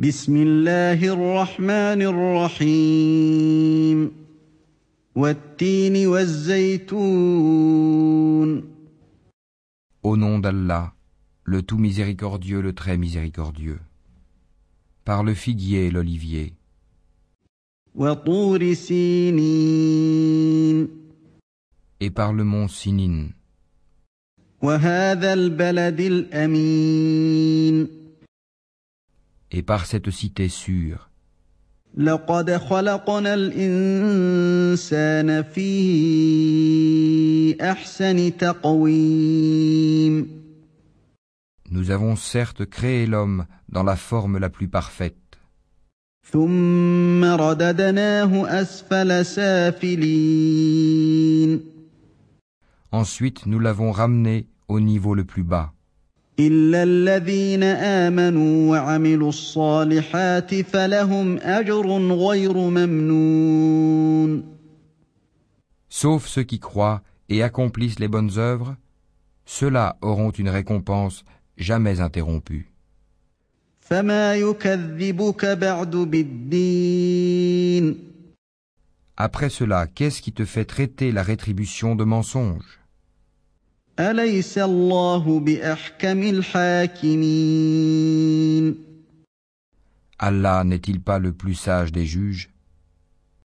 بسم الله الرحمن الرحيم والتين والزيتون Au nom d'Allah, le tout miséricordieux, le très miséricordieux. Par le figuier et l'olivier, وطور سينين et par le mont Sinin, وهذا البلد الأمين et par cette cité sûre, لقد خلقنا الإنسان في أحسن تقويم nous avons certes créé l'homme dans la forme la plus parfaite, ثم رددناه أسفل سافلين ensuite nous l'avons ramené au niveau le plus bas, إلا الذين آمنوا وعملوا الصالحات فلهم أجر غير ممنون sauf ceux qui croient et accomplissent les bonnes œuvres, ceux-là auront une récompense jamais interrompue. فما يكذبك بعد بالدين Après cela, qu'est-ce qui te fait traiter la rétribution de mensonge أليس الله بأحكم الحاكمين Allah n'est-il pas le plus sage des juges